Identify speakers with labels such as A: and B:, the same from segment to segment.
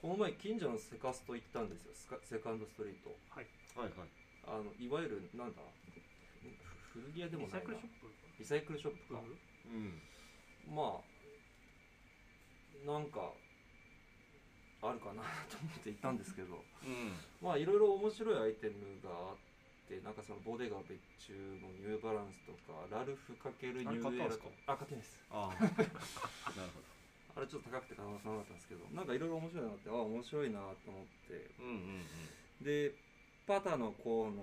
A: この前近所のセカスト行ったんですよスカセカンドストリート
B: はい
C: はいはい
A: あのいわゆるなんだふ古着屋でも
B: リサ
A: な
B: イ
A: い
B: ク
A: な
B: ルショップ
A: リサイクルショップ
B: ブ
A: か
B: ーム
C: うん
A: まあなんかあるかなと思って行ったんですけ どまあいろいろ面白いアイテムがあってなんかそのボデガ別注のニューバランスとかラルフ×ニュ
B: あれ買
A: ー
B: っ
A: エ
B: た
A: ラ
B: んです
A: と
B: か
A: かあ買ってないです
C: あ あなるほ
A: あれちょっと高くて買わなかったんですけどなんかいろいろ面白いなってああ面白いなと思って
C: どうんうんうん
A: でパタのコーナ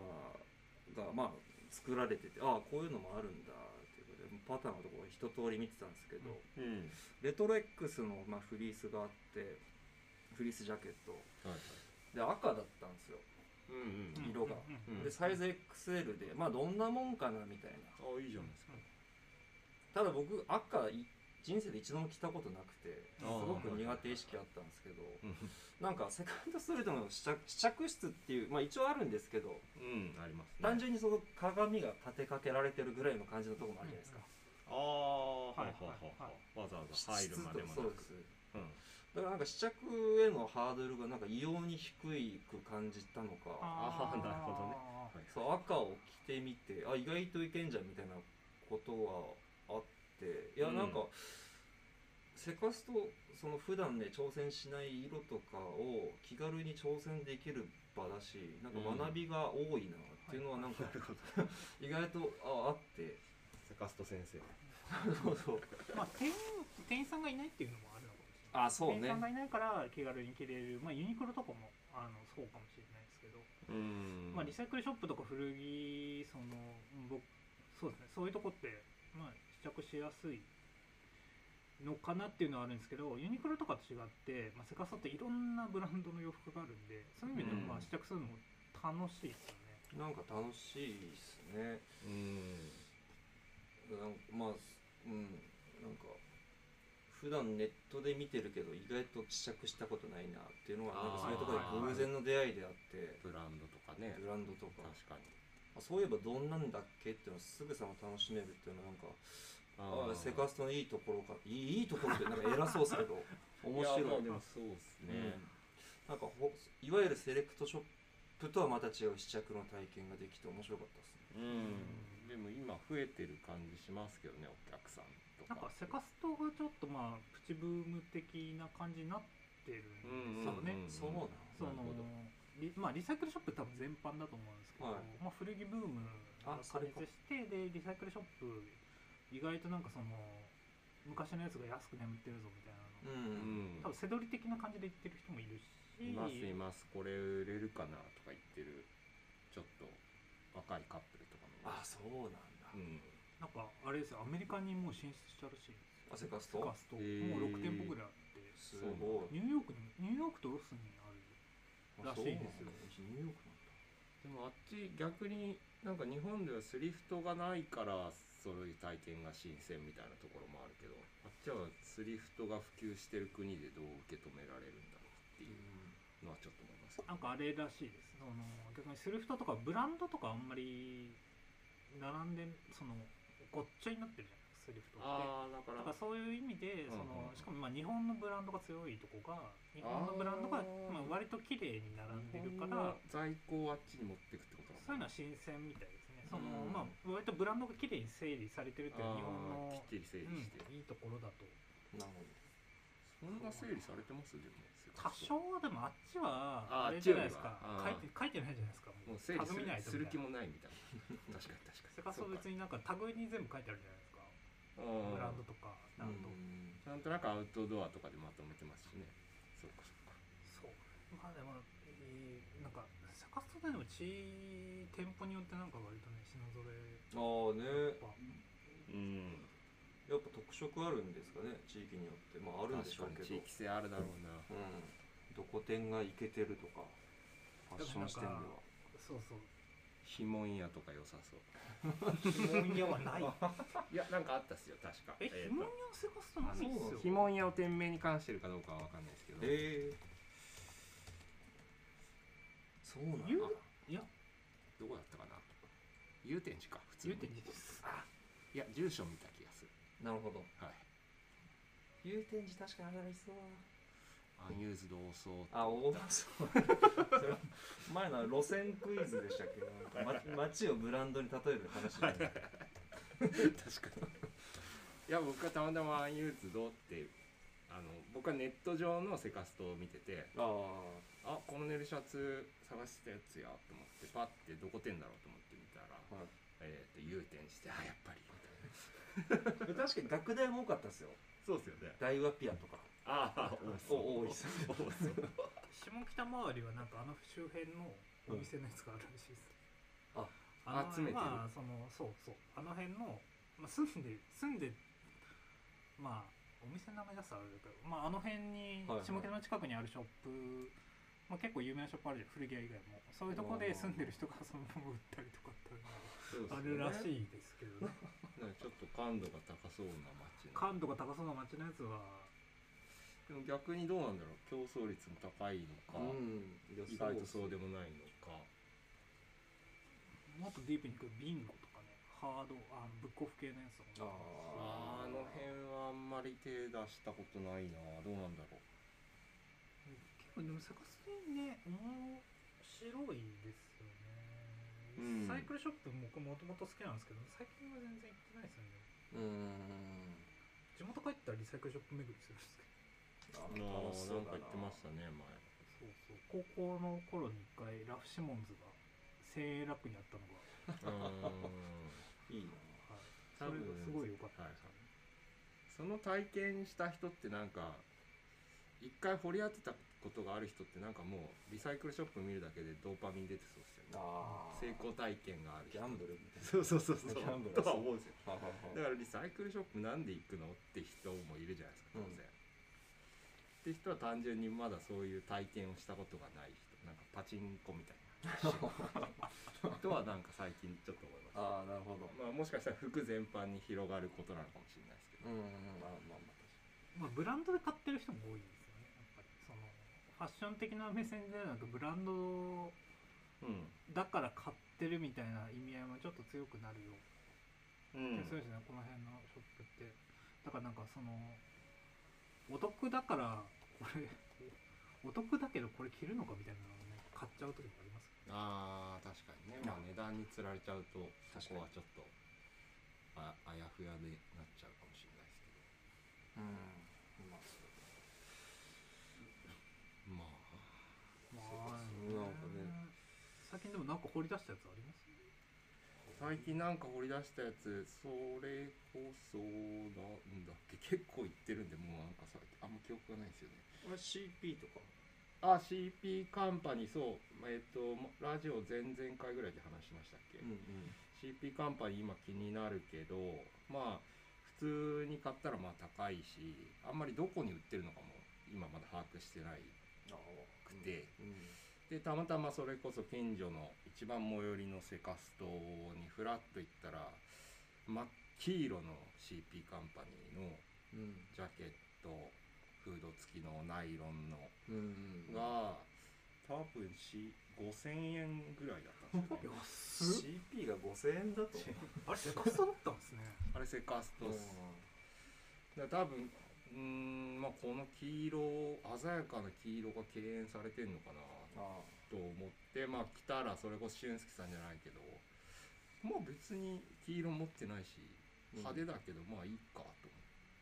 A: ーがまあ作られててああこういうのもあるんだっていうことでパタのところ一通り見てたんですけど、
B: うん
C: うん
A: レトロ X の、まあ、フリースがあってフリースジャケット
C: はいはい
A: で赤だったんですよ
C: うんうん
A: 色が
B: うんうん
C: うん
A: でサイズ XL でまあどんなもんかなみたいな
C: ああいいじゃないですか
A: ただ僕赤い人生で一度も着たことなくてす
C: あー
A: ごく苦手意識あったんですけど
C: うん
A: なんかセカンドストリートの試着試着室っていうまあ一応あるんですけど
C: うんありますね
A: 単純にその鏡が立てかけられてるぐらいの感じのとこもあるじゃないですか
C: ああ
B: は
C: はいい
B: はいはい
C: はいはいわざわざ入るまでもな
A: そう
C: く
A: です
C: うん
A: だからなんか試着へのハードルがなんか異様に低く感じたのか
C: あーなるほどねはい
A: そう赤を着てみてあ意外といけんじゃんみたいなことはあっていや
C: うん
A: なんか、セカストその普段ね挑戦しない色とかを気軽に挑戦できる場だしなんか学びが多いなっていうのはなんか、
C: なるほど
A: 意外とああって
C: セカスト先生
A: そうそう
B: まあ店員店員さんがいないっていうのもあるのかもしれない
A: あそう
B: 店員さんが
A: ね
B: いないから気軽に着れるまあユニクロとかもあのそうかもしれないですけど
C: うん
B: まあリサイクルショップとか古着その僕そうですねそういうとこってまあ試着しやすいのかなっていうのはあるんですけどユニクロとかと違って、まあ、セカストっていろんなブランドの洋服があるんでそういう意味ではま
C: うん
B: あ試着するのも楽しいですよね、
A: なんか楽しいですね
C: うん
A: なんかまあうんなんか普段ネットで見てるけど意外と試着したことないなっていうのはなんかそういうところで偶然の出会いであって
C: ブランドとかね
A: ブランドとか
C: 確かに
A: あそういえばどんなんだっけっていうのをすぐさま楽しめるっていうのはなんかああセカ
C: ス
A: ストのいいところかいいいいところってなんか偉そうですけど 面白い
C: やまあでもそうです
A: うん
C: ね
A: なんかほいわゆるセレクトショップとはまた違う試着の体験ができて面白かったですね
C: うん、でも今増えてる感じしますけどねお客さんと
B: な
C: か
B: んかセカストがちょっとまあプチブーム的な感じになってるんですよね、
C: うんうん
A: そうなの
B: その
C: なるほど
B: リ,、まあ、リサイクルショップ多分全般だと思うんですけど、
A: はい
B: まあ、古着ブームが加熱してでリサイクルショップ意外となんかその昔のやつが安く眠ってるぞみたいな
A: う
B: の、
C: うんん
B: 多分背取り的な感じで言ってる人もいるし
C: いますいますこれ売れるかなとか言ってるちょっと若いカップルとかもい
A: あ
C: ます
A: そうなんだ
C: うん
B: なんかあれですよアメリカにもう進出したらしいんです
A: あセカス
B: よセ
A: ト
B: カスト、
C: へー
B: もう6店舗ぐらいあって
A: すごい
B: ニューヨークにニューヨークとロスにある
A: あ
B: らしいです
A: そ
B: よ
A: うなんだニューヨーク
C: でもあっち逆になんか日本ではスリフトがないからそういう体験が新鮮みたいなところもあるけどあっちはスリフトが普及してる国でどう受け止められるんだろうって
A: なんだ
C: いうのはちょっと思いますけど
B: なんかあれらしいですその逆にスルフトとかブランドとかあんまり並んでそのごっちゃになってるじゃないですかスルフトって
C: ああだか
B: だ
C: ら
B: からそういう意味でそ
C: うん
B: の
C: うん
B: しかもまあ日本のブランドが強いとこが日本のブランドが
C: あー
B: まあ割と綺麗に並んでるか
C: 日本
B: ら
C: の在庫をあっちに持っていくってことなの
B: そういうのは新鮮みたいですねその
A: うん
B: まあ割とブランドが綺麗に整理されてるっていうのは日本
C: あー
B: の
C: きっちり整理して、
B: うんいいところだと
A: うんなるほど
C: そんな整理されてますでも
B: 多少はでもあっちはあ
C: あ
B: れじゃないです
C: あ
B: か
C: っ
B: 書いて書いて
C: ちよりはあー
B: ないじゃないですか
C: もう整理
B: タ
C: す
B: グ見ない
C: る
B: と
C: する気
B: みたいな
C: もないみたい な確かに確かに
B: セカスト別になんかタグに全部書いてあるじゃないですか
C: うん
B: ブランドとか
A: う
B: なんと、
A: ん
C: なんとなくアウトドアとかでまとめてますしねそうか
B: そ
C: そうか
B: うまあでも、えーなんかセカストでも地店舗によってなんか割とね品揃え
A: ああね
B: とか
C: うん
A: やっぱ特色あるんですかね地域によってまああるんでし
C: 確
A: ょ
C: か
A: うけ
C: に
A: ど
C: 地域性あるだろうな
A: うんどこ店がイケてるとかファッション視点では
B: そうそう
C: ひもん屋とか良さそう
B: ひもん屋はない
C: いやなんかあったっすよ確か
B: えひ
C: ーと
B: もん屋のセカストない
A: あそう
B: っ
A: な
B: す
A: の
B: よ
C: ひもん屋を店名に関してるかどうかは分かんないですけど
A: ええそうなんだ
B: 言ういや
C: どこだったかな祐天寺か普通
B: 言
C: に
B: うてんじです
C: いや住所見た気がする
A: なるほど
C: はい
A: 祐天寺確かにあればいそう
C: アンユーズド多そう
A: あ、おばそう。それは前の路線クイズでしたっけなんか、ま、街をブランドに例える話だよね。
C: 確かにいや僕はたまたまアンユーズドってあの僕はネット上のセカストを見てて
A: ああ、
C: あこのネルシャツ探してたやつやと思ってパッてどこ店だろうと思って見たら、
A: はい。
C: えー、と有店してあやっぱりみたいな
A: でも確かに学大も多かったですよ。
C: そうですよね
A: 大和ピアとか。
C: ああ
A: お多いです。
C: 多そう
B: 下北周りはなんかあの周辺のお店のやつがあるらしいです、
A: あ
B: の
C: 集めてる
B: まあそのそうそうあの辺の、まあ、住んで住んでまあお店の名前出すとあれだけど、まあ、あの辺に
A: はいはい
B: 下北の近くにあるショップ、まあ、結構有名なショップあるじゃん古着屋以外もそういうとこで住んでる人がそのまま売ったりとかっていうのがあるら
C: そう
B: し
C: い
B: いですけどね、
C: ちょっと感度が高そうな街な
B: 感度が高そうな街のやつは
C: でも逆にどうなんだろう競争率も高いのか、
A: ん。
C: 意外とそうでもないのか
B: もっとディープに行くビンゴとかねハードあのブックオフ系のやつとかも
A: あ
C: あーあの辺はあんまり手出したことないなどうなんだろう
B: 結構でもサカスにね面白いですよね、
C: うん
B: サイクルショップ僕もともと好きなんですけど最近は全然行ってないですよね
A: うーん。
B: 地元帰ったらリサイクルショップ巡りするんです
A: あ
B: け
C: な
A: 楽
C: あ
A: しそうだ
C: なんか言ってましたね前
B: どそうそう高校の頃に一回ラフシモンズが千円ラックにあったの が、
C: う
A: い
C: ーん
A: いな。
B: はい、それがすごい良かったですよね、
C: その体験した人ってなんか一回掘り当てたことがある人ってなんかもうリサイクルショップ見るだけでドーパミン出てそうですよね
A: ああ。
C: 成功体験がある
A: ギ
C: 人
A: ャンブルみたい
C: そうそうそうそう
A: ギャンブル
C: とは思うんですよ
A: な。はは
C: だ
A: は
C: からリサイクルショップなんで行くのって人もいるじゃないですか当然、
A: うん
C: って人は単純にまだそういう体験をしたことがない人なんかパチンコみたい な人はなんか最近ちょっと思いました
A: ああ、なるほど。
C: まあ、もしかしたら服全般に広がることなのかもしれないですけど
A: うんうんうん。まあまあま
B: まあ、ブランドで買ってる人も多いですよねやっぱりそのファッション的な目線でなんかブランド
C: う
B: だから買ってるみたいな意味合いもちょっと強くなるよ
C: ん、うん、
B: そうですねこの辺のショップってだからなんかそのお得だからこれ お得だけどこれ着るのかみたいなのをね買っちゃう時もあります
C: ああ確かにね、まあ、値段につられちゃうとそこはちょっとああやふやでなっちゃうかもしれないですけど
A: 確かに。うん。まあそうだ
C: まあ
B: ま
A: そう
B: あ
A: ですねなんかね
B: 最近でもなんか掘り出したやつあります
C: 最近なんか掘り出したやつそれこそなんだっけ結構いってるんでもうなんかさあんま記憶がないんですよね
A: これ CP とか。
C: あ CP カンパニーそうえっ、とラジオ前々回ぐらいで話しましたっけ、
A: うんうん。
C: CP カンパニー今気になるけどまあ普通に買ったらまあ高いしあんまりどこに売ってるのかも今まだ把握してない
A: ああ。
C: くて
A: うん。
C: でたまたまそれこそ近所の一番最寄りのセカストにフラッと行ったら真っ黄色の CP カンパニーの
A: うん。
C: ジャケットフード付きのナイロンの
A: うんうんうん。
C: が多分し5000円ぐらいだったんですよ ね
B: 安
A: CP が5000円だと。
B: あれセカストだったんですね
C: あれセカストっす
A: う。
C: だから多分うーんまあこの黄色鮮やかな黄色が敬遠されてんのかなん
A: あ
C: と思ってまあ来たらそれこそ俊介さんじゃないけどまあ別に黄色持ってないし
A: うん
C: 派手だけどまあいいかと思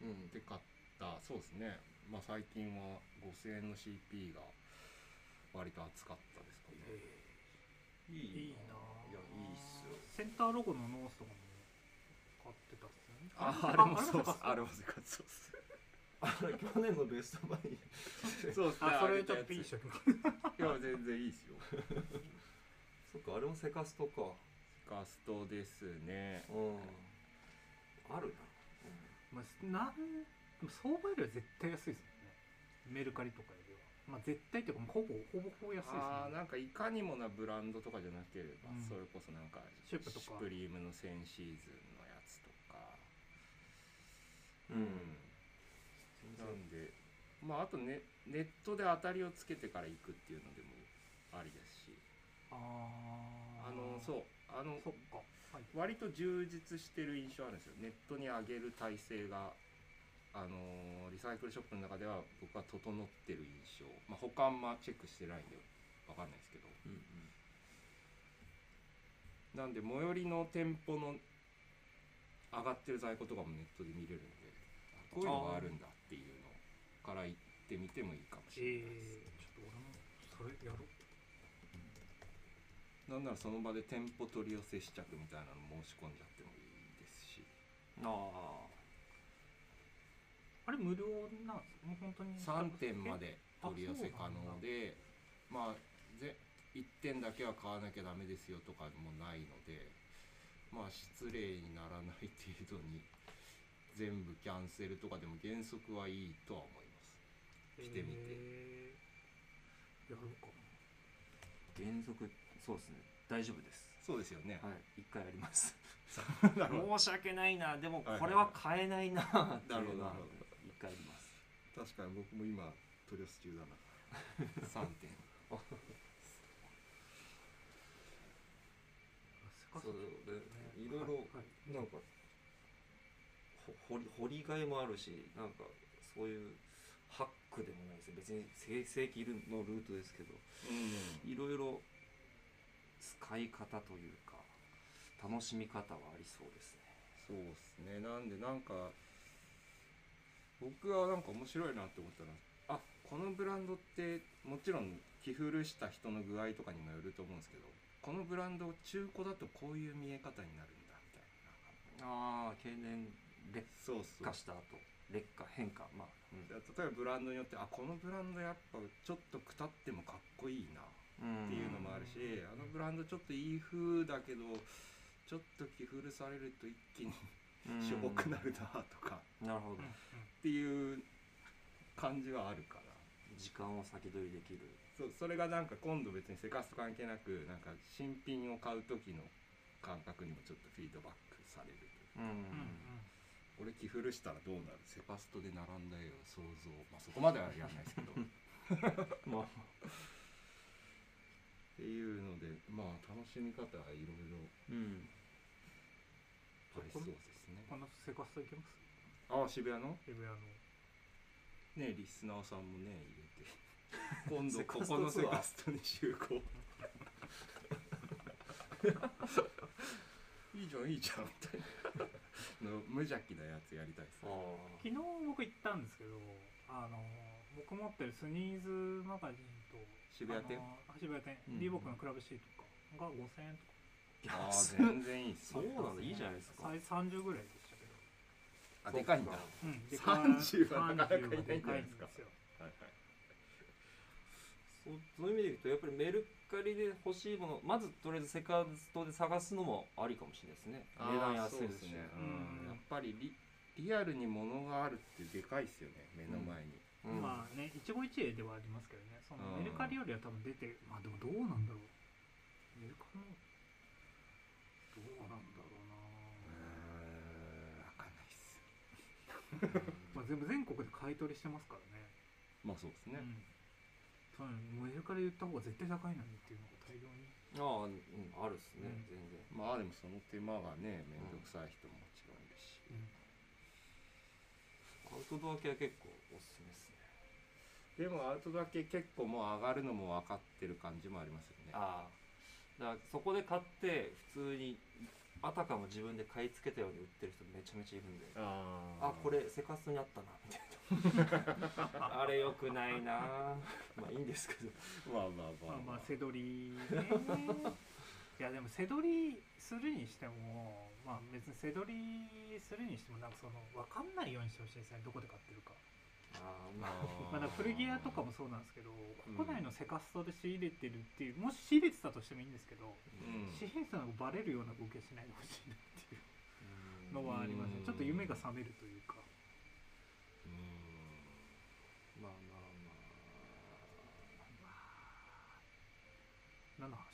A: あ。うん
C: って買ったそうですねまあ最近は5000円の CP が割と熱かったですかね
A: い
B: いい
A: い
B: なあ
A: いやいいっすよ
B: センターロゴのノースとかも買ってたっすよね
C: ああれもそうっ
B: セカ
C: す
B: スト
C: あ
A: あ
C: れもそうっす
A: れ去年のベストバイ
C: そうっすね
B: あそれ
C: げ
B: ち
C: た
B: ょ
C: や
B: っ
C: つ
B: といいショップ
C: いや全然いいですよ
A: そっかあれもセカストか
C: ガストですね
A: うんある
B: まあ、なんでも相場よりは絶対安いですもんねメルカリとかよりは、まあ、絶対っていうかもうほぼほぼほぼ安いです
C: あー
B: ね
C: なんかいかにもなブランドとかじゃなければ、
B: うん
C: それこそなんか
B: シュプとか
C: シュプリームの先シーズンのやつとか
A: な
C: うなんでまああとねネットで当たりをつけてから行くっていうのでもありですし
B: あ
C: あ
B: あ
C: のそうあの
B: そっかはい
C: 割と充実してる印象あるんですよネットに上げる体制があのーリサイクルショップの中では僕は整ってる印象まあ他あんまチェックしてないんで分かんないですけど
A: うん
C: なんで最寄りの店舗の上がってる在庫とかもネットで見れるんであこういうのがあるんだっていうのから行ってみてもいいかもし
B: え
C: れないです、
B: ー、ちょっと俺もそれやろう
C: なんならその場で店舗取り寄せ試着みたいなの申し込んじゃってもいいですし
A: うんああ
B: あれ無料なんですかもう本当に
C: 3点まで取り寄せ可能でまあぜ1点だけは買わなきゃダメですよとかもないのでまあ失礼にならない程度に全部キャンセルとかでも原則はいいとは思います来てみ
B: え
C: て
B: ーやろうか
A: 原則そうですね大丈夫です
C: そうですよね
A: はい一回あります
C: なるほ
A: 申し訳ないなでも
C: はいはいはい
A: これは買えないなっていうのは
C: なるほどなるほ
A: 一回あります
C: ど確かに僕も今取り寄せ中だな3点
B: せかさずね
A: いろいろ
B: はい
A: なんかほ掘り掘りがいもあるしなんかそういうハックでもないですよ別に正正規のルートですけど
C: うん
A: いろいろ使い方というか楽しみ方はありそうですね
C: そうですねなんでなんか僕はなんか面白いなって思ったらあこのブランドってもちろん着古した人の具合とかにもよると思うんですけどこのブランド中古だとこういう見え方になるんだみたいななん
A: ああ
C: か
A: 経年劣
C: そうそう
A: 化した後劣化変化まあ、
C: 例えばブランドによってあこのブランドやっぱちょっとくたってもかっこいいな
A: うん
C: っていうのもあるし、
B: うん
C: あのブランドちょっといい風だけどちょっと着古されると一気に
A: うん
C: しょぼくなるなとか
A: なるほど、
B: うんうん
C: っていう感じはあるから
A: 時間を先取りできる
C: そそれがなんか今度別にセカスと関係なくなんか新品を買う時の感覚にもちょっとフィードバックされる
A: うん、
B: うんうん
C: 俺着古したらどうなるセパストで並んだ絵を想像まあそこまではやらないですけど っ
A: まあ
C: ていうのでまあ楽しみ方はいろいろ
A: うん
C: ありそうですね
B: このせかさ行けます
C: ああ渋谷の
B: 渋谷の
C: ねリスナーさんもね入れて
A: セ
C: 今
A: カ
C: 度こ
A: ス
C: こ
A: ト
C: のセ
A: ツアー
C: カストに集合いいじゃんいいじゃんみたいなの無邪気なやつやりたいです
A: ああ
C: ね
B: 昨日僕行ったんですけどあの僕持ってるスニーズマガジンと
C: 渋谷店
B: あのあ渋谷店、
C: うん
B: リーボックのクラブシートとかが5000円とか
A: いや
C: ああ
A: そう
C: 全然いいっす
A: そうなんだいいじゃないですか
B: サイズ30ぐらいでしたけど
C: あでかいんだ
A: そ
C: は
A: っ
B: うんでかい
C: 30はなかなかいないんじゃないですか
B: 30はでかんよ
C: いはい
A: そうそういう意味でいくとやっぱりメルカリで欲しいものまずとりあえずセカストで探すのもありかもしれないですね
C: ああ
A: 値段安い
C: そう
A: で
C: ですす
A: し
C: ね
B: う
C: うんんやっぱりリリアルに物があるってでかいっすよね目の前に
A: うん
B: まあね一期一会ではありますけどねその
C: うん
B: メルカリよりは多分出てまあでもどうなんだろうメルカリもどうなんだろうな、
C: うーんわかんないっす
B: まあ、全部全国で買い取りしてますからね
C: まあそうですね
B: うん多分メルカリで売った方が絶対高いのにっていうのが大量に
A: あ あ、うん、あるっすね、
B: うん
A: 全然
C: まあでもその手間がね面倒くさい人ももちろんいるし
A: アウトドア系は結構おすすめですね
C: でもアウトドア系結構もう上がるのも分かってる感じもありますよね
A: ああだからそこで買って普通にあたかも自分で買い付けたように売ってる人めちゃめちゃいるんで
C: あー
A: あこれセカストにあったなみたいなあれよくないな まあいいんですけど
C: まあまあま
B: ま
C: あ
B: あ まあせどりねいやでもせどりするにしてもまあ別にせどりするにしてもなんかその分かんないようにしてほしいですねどこで買ってるか
A: ああまあ
B: まあ、だから古着屋とかもそうなんですけど国内のセカストで仕入れてるっていうもし仕入れてたとしてもいいんですけど、
C: うん
B: 仕入れてたのがバレるような動きはしないでほしいなっていうのはありますね
C: うん
B: ちょっと夢が覚めるというか
C: うーん
A: まあまあまあ
B: 何の話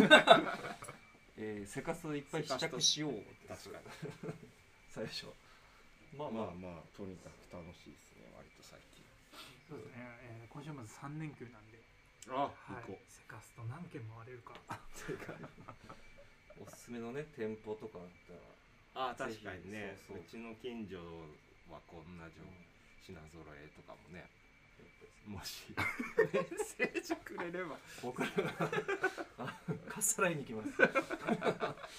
B: でしたっ
A: えー、セカストでいっぱい試着しようって
C: 確かに
A: 最初まあまあ、
C: まあまあとにかく楽しいですね割と最近
B: けそうですね、えー今週末3連休なんで、は
C: あ
B: い、セカスト何軒回れるか
A: おすすめのね店舗とかあったら
C: あ確かにね
A: そううそう
C: ちの近所はこんな状品揃えとかもねもしメッセージくれれば
A: 僕らがあかっさらいに行きます